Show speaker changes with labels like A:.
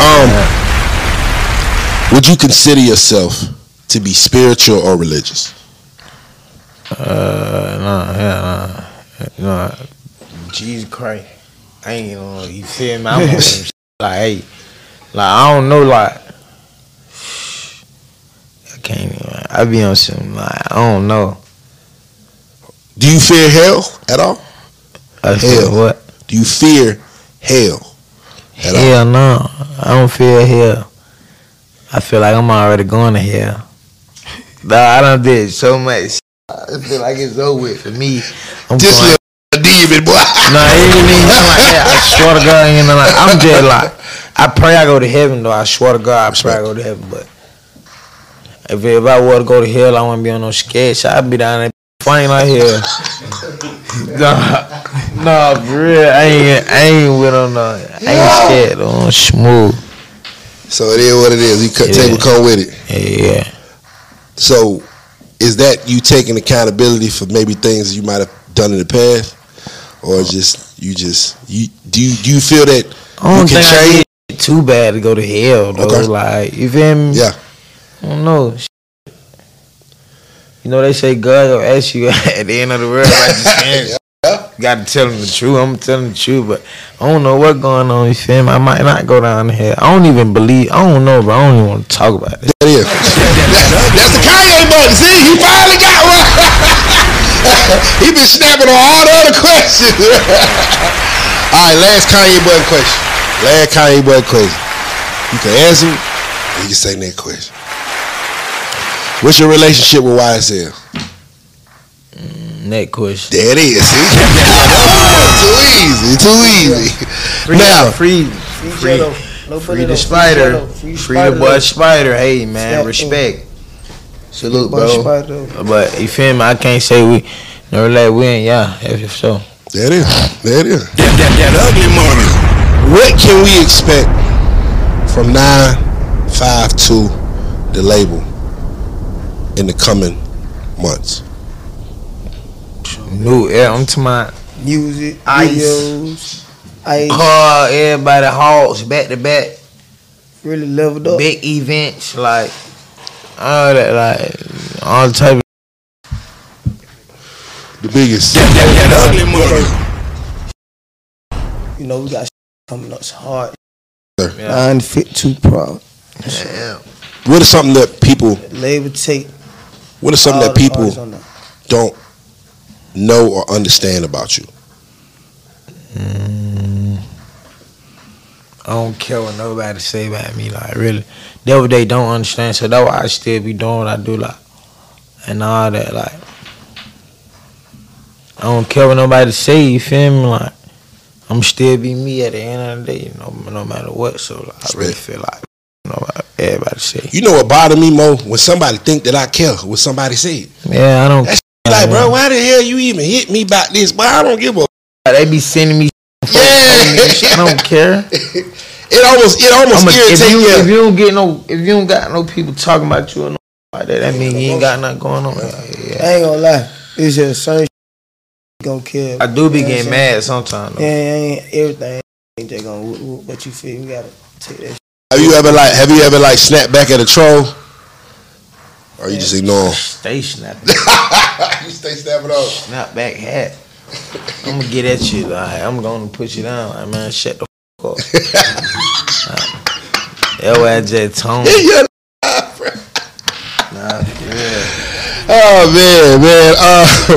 A: Um, Would you consider yourself to be spiritual or religious?
B: Uh, nah, yeah, nah, nah.
C: Jesus Christ. I ain't gonna, you feel me? I'm on some shit. Like, hey, like, I don't know, like, I can't even, I be on some, like, I don't know.
A: Do you fear hell at all?
C: I feel
A: Hell.
C: what?
A: Do you fear hell? At all?
C: Hell no. I don't feel hell. I feel like I'm already going to hell. Nah, I done did so much. I feel like it's over with for me. I'm
A: This
C: going,
A: little demon boy.
C: nah, it ain't even something like that. I swear to God, you know, like, I'm just like, I pray I go to heaven though. I swear to God, I pray I go to heaven. But if, if I were to go to hell, I wouldn't be on no sketch. I'd be down there flying out here. nah, nah, for real. I ain't, I ain't with on no, I ain't scared. I'm smooth.
A: So it is what it is. You cut,
C: Yeah.
A: take what come with it.
C: Yeah.
A: So is that you taking accountability for maybe things you might have done in the past, or just you just you do you, do you feel that
C: I
A: you can
C: don't think
A: change?
C: I did too bad to go to hell though.
A: Okay.
C: Like you feel me?
A: Yeah.
C: I don't know. Sh- You know they say God will ask you at the end of the world about your sins. You gotta tell him the truth. I'm telling the truth, but I don't know what going on. You feel me? I might not go down here. I don't even believe. I don't know, bro. I don't even want to talk about it.
A: That is. That's the Kanye button. See, he finally got one. he been snapping on all the other questions. all right, last Kanye button question. Last Kanye button question. You can answer it, and you can say next question. What's your relationship with YSL?
C: Next question.
A: There it is. See? too easy. Too easy.
C: Free,
A: Now-
C: free, free, free, the spider, free, the boy spider. Hey man, respect. Salute, bro. But you feel me? I can't say we no like we ain't yeah, if so.
A: There it is. There it is.
D: That, that, that ugly money.
A: What can we expect from 952 the label in the coming months?
C: New yeah, I'm to my
E: Music,
C: Ice.
E: videos. I
C: car, everybody halls back to back,
E: really leveled up.
C: big events, like all that like all type of
A: The biggest.
D: That, that, that ugly money.
E: You know, we got coming up it's hard.
A: Sir.
C: Yeah.
E: Nine fit too proud.
A: What is something that people?
E: Labor take
A: What is something
E: all
A: that
E: the
A: people
E: artists on that.
A: don't know or understand about you?
C: I don't care what nobody say about me, like really. That what they don't understand, so that's why I still be doing what I do like and all that, like I don't care what nobody say, you feel me? Like I'm still be me at the end of the day, you know, no matter what. So like, I really feel like you know what everybody say.
A: You know what bothered me more when somebody think that I care what somebody said.
C: Yeah, I don't
A: That's
C: care.
A: Like, bro, why the hell you even hit me about this? But I don't give a.
C: they be sending me I
A: Yeah.
C: don't care.
A: it almost. It almost
C: I'm a, if,
A: irritates
C: you,
A: me.
C: if you don't get no, if you don't got no people talking about you or no like that, that mean you ain't got nothing going on. Yeah.
E: I ain't gonna lie. It's just certain shit gonna kill.
C: I do be
E: You know what
C: getting
E: I'm
C: mad sometimes. Though.
E: saying? Yeah, ain't everything ain't just gonna whoop, whoop, but you feel we gotta take that. shit.
A: Have you ever like have you ever like snapped back at a troll? Or you just ignore him?
C: Stay snapping,
A: you stay snapping off.
C: snap back hat. I'm gonna get at you. Like I'm gonna put you down. Like man, shut the fuck up. Like, LJ tone. Nah, yeah.
A: oh man, man. Uh,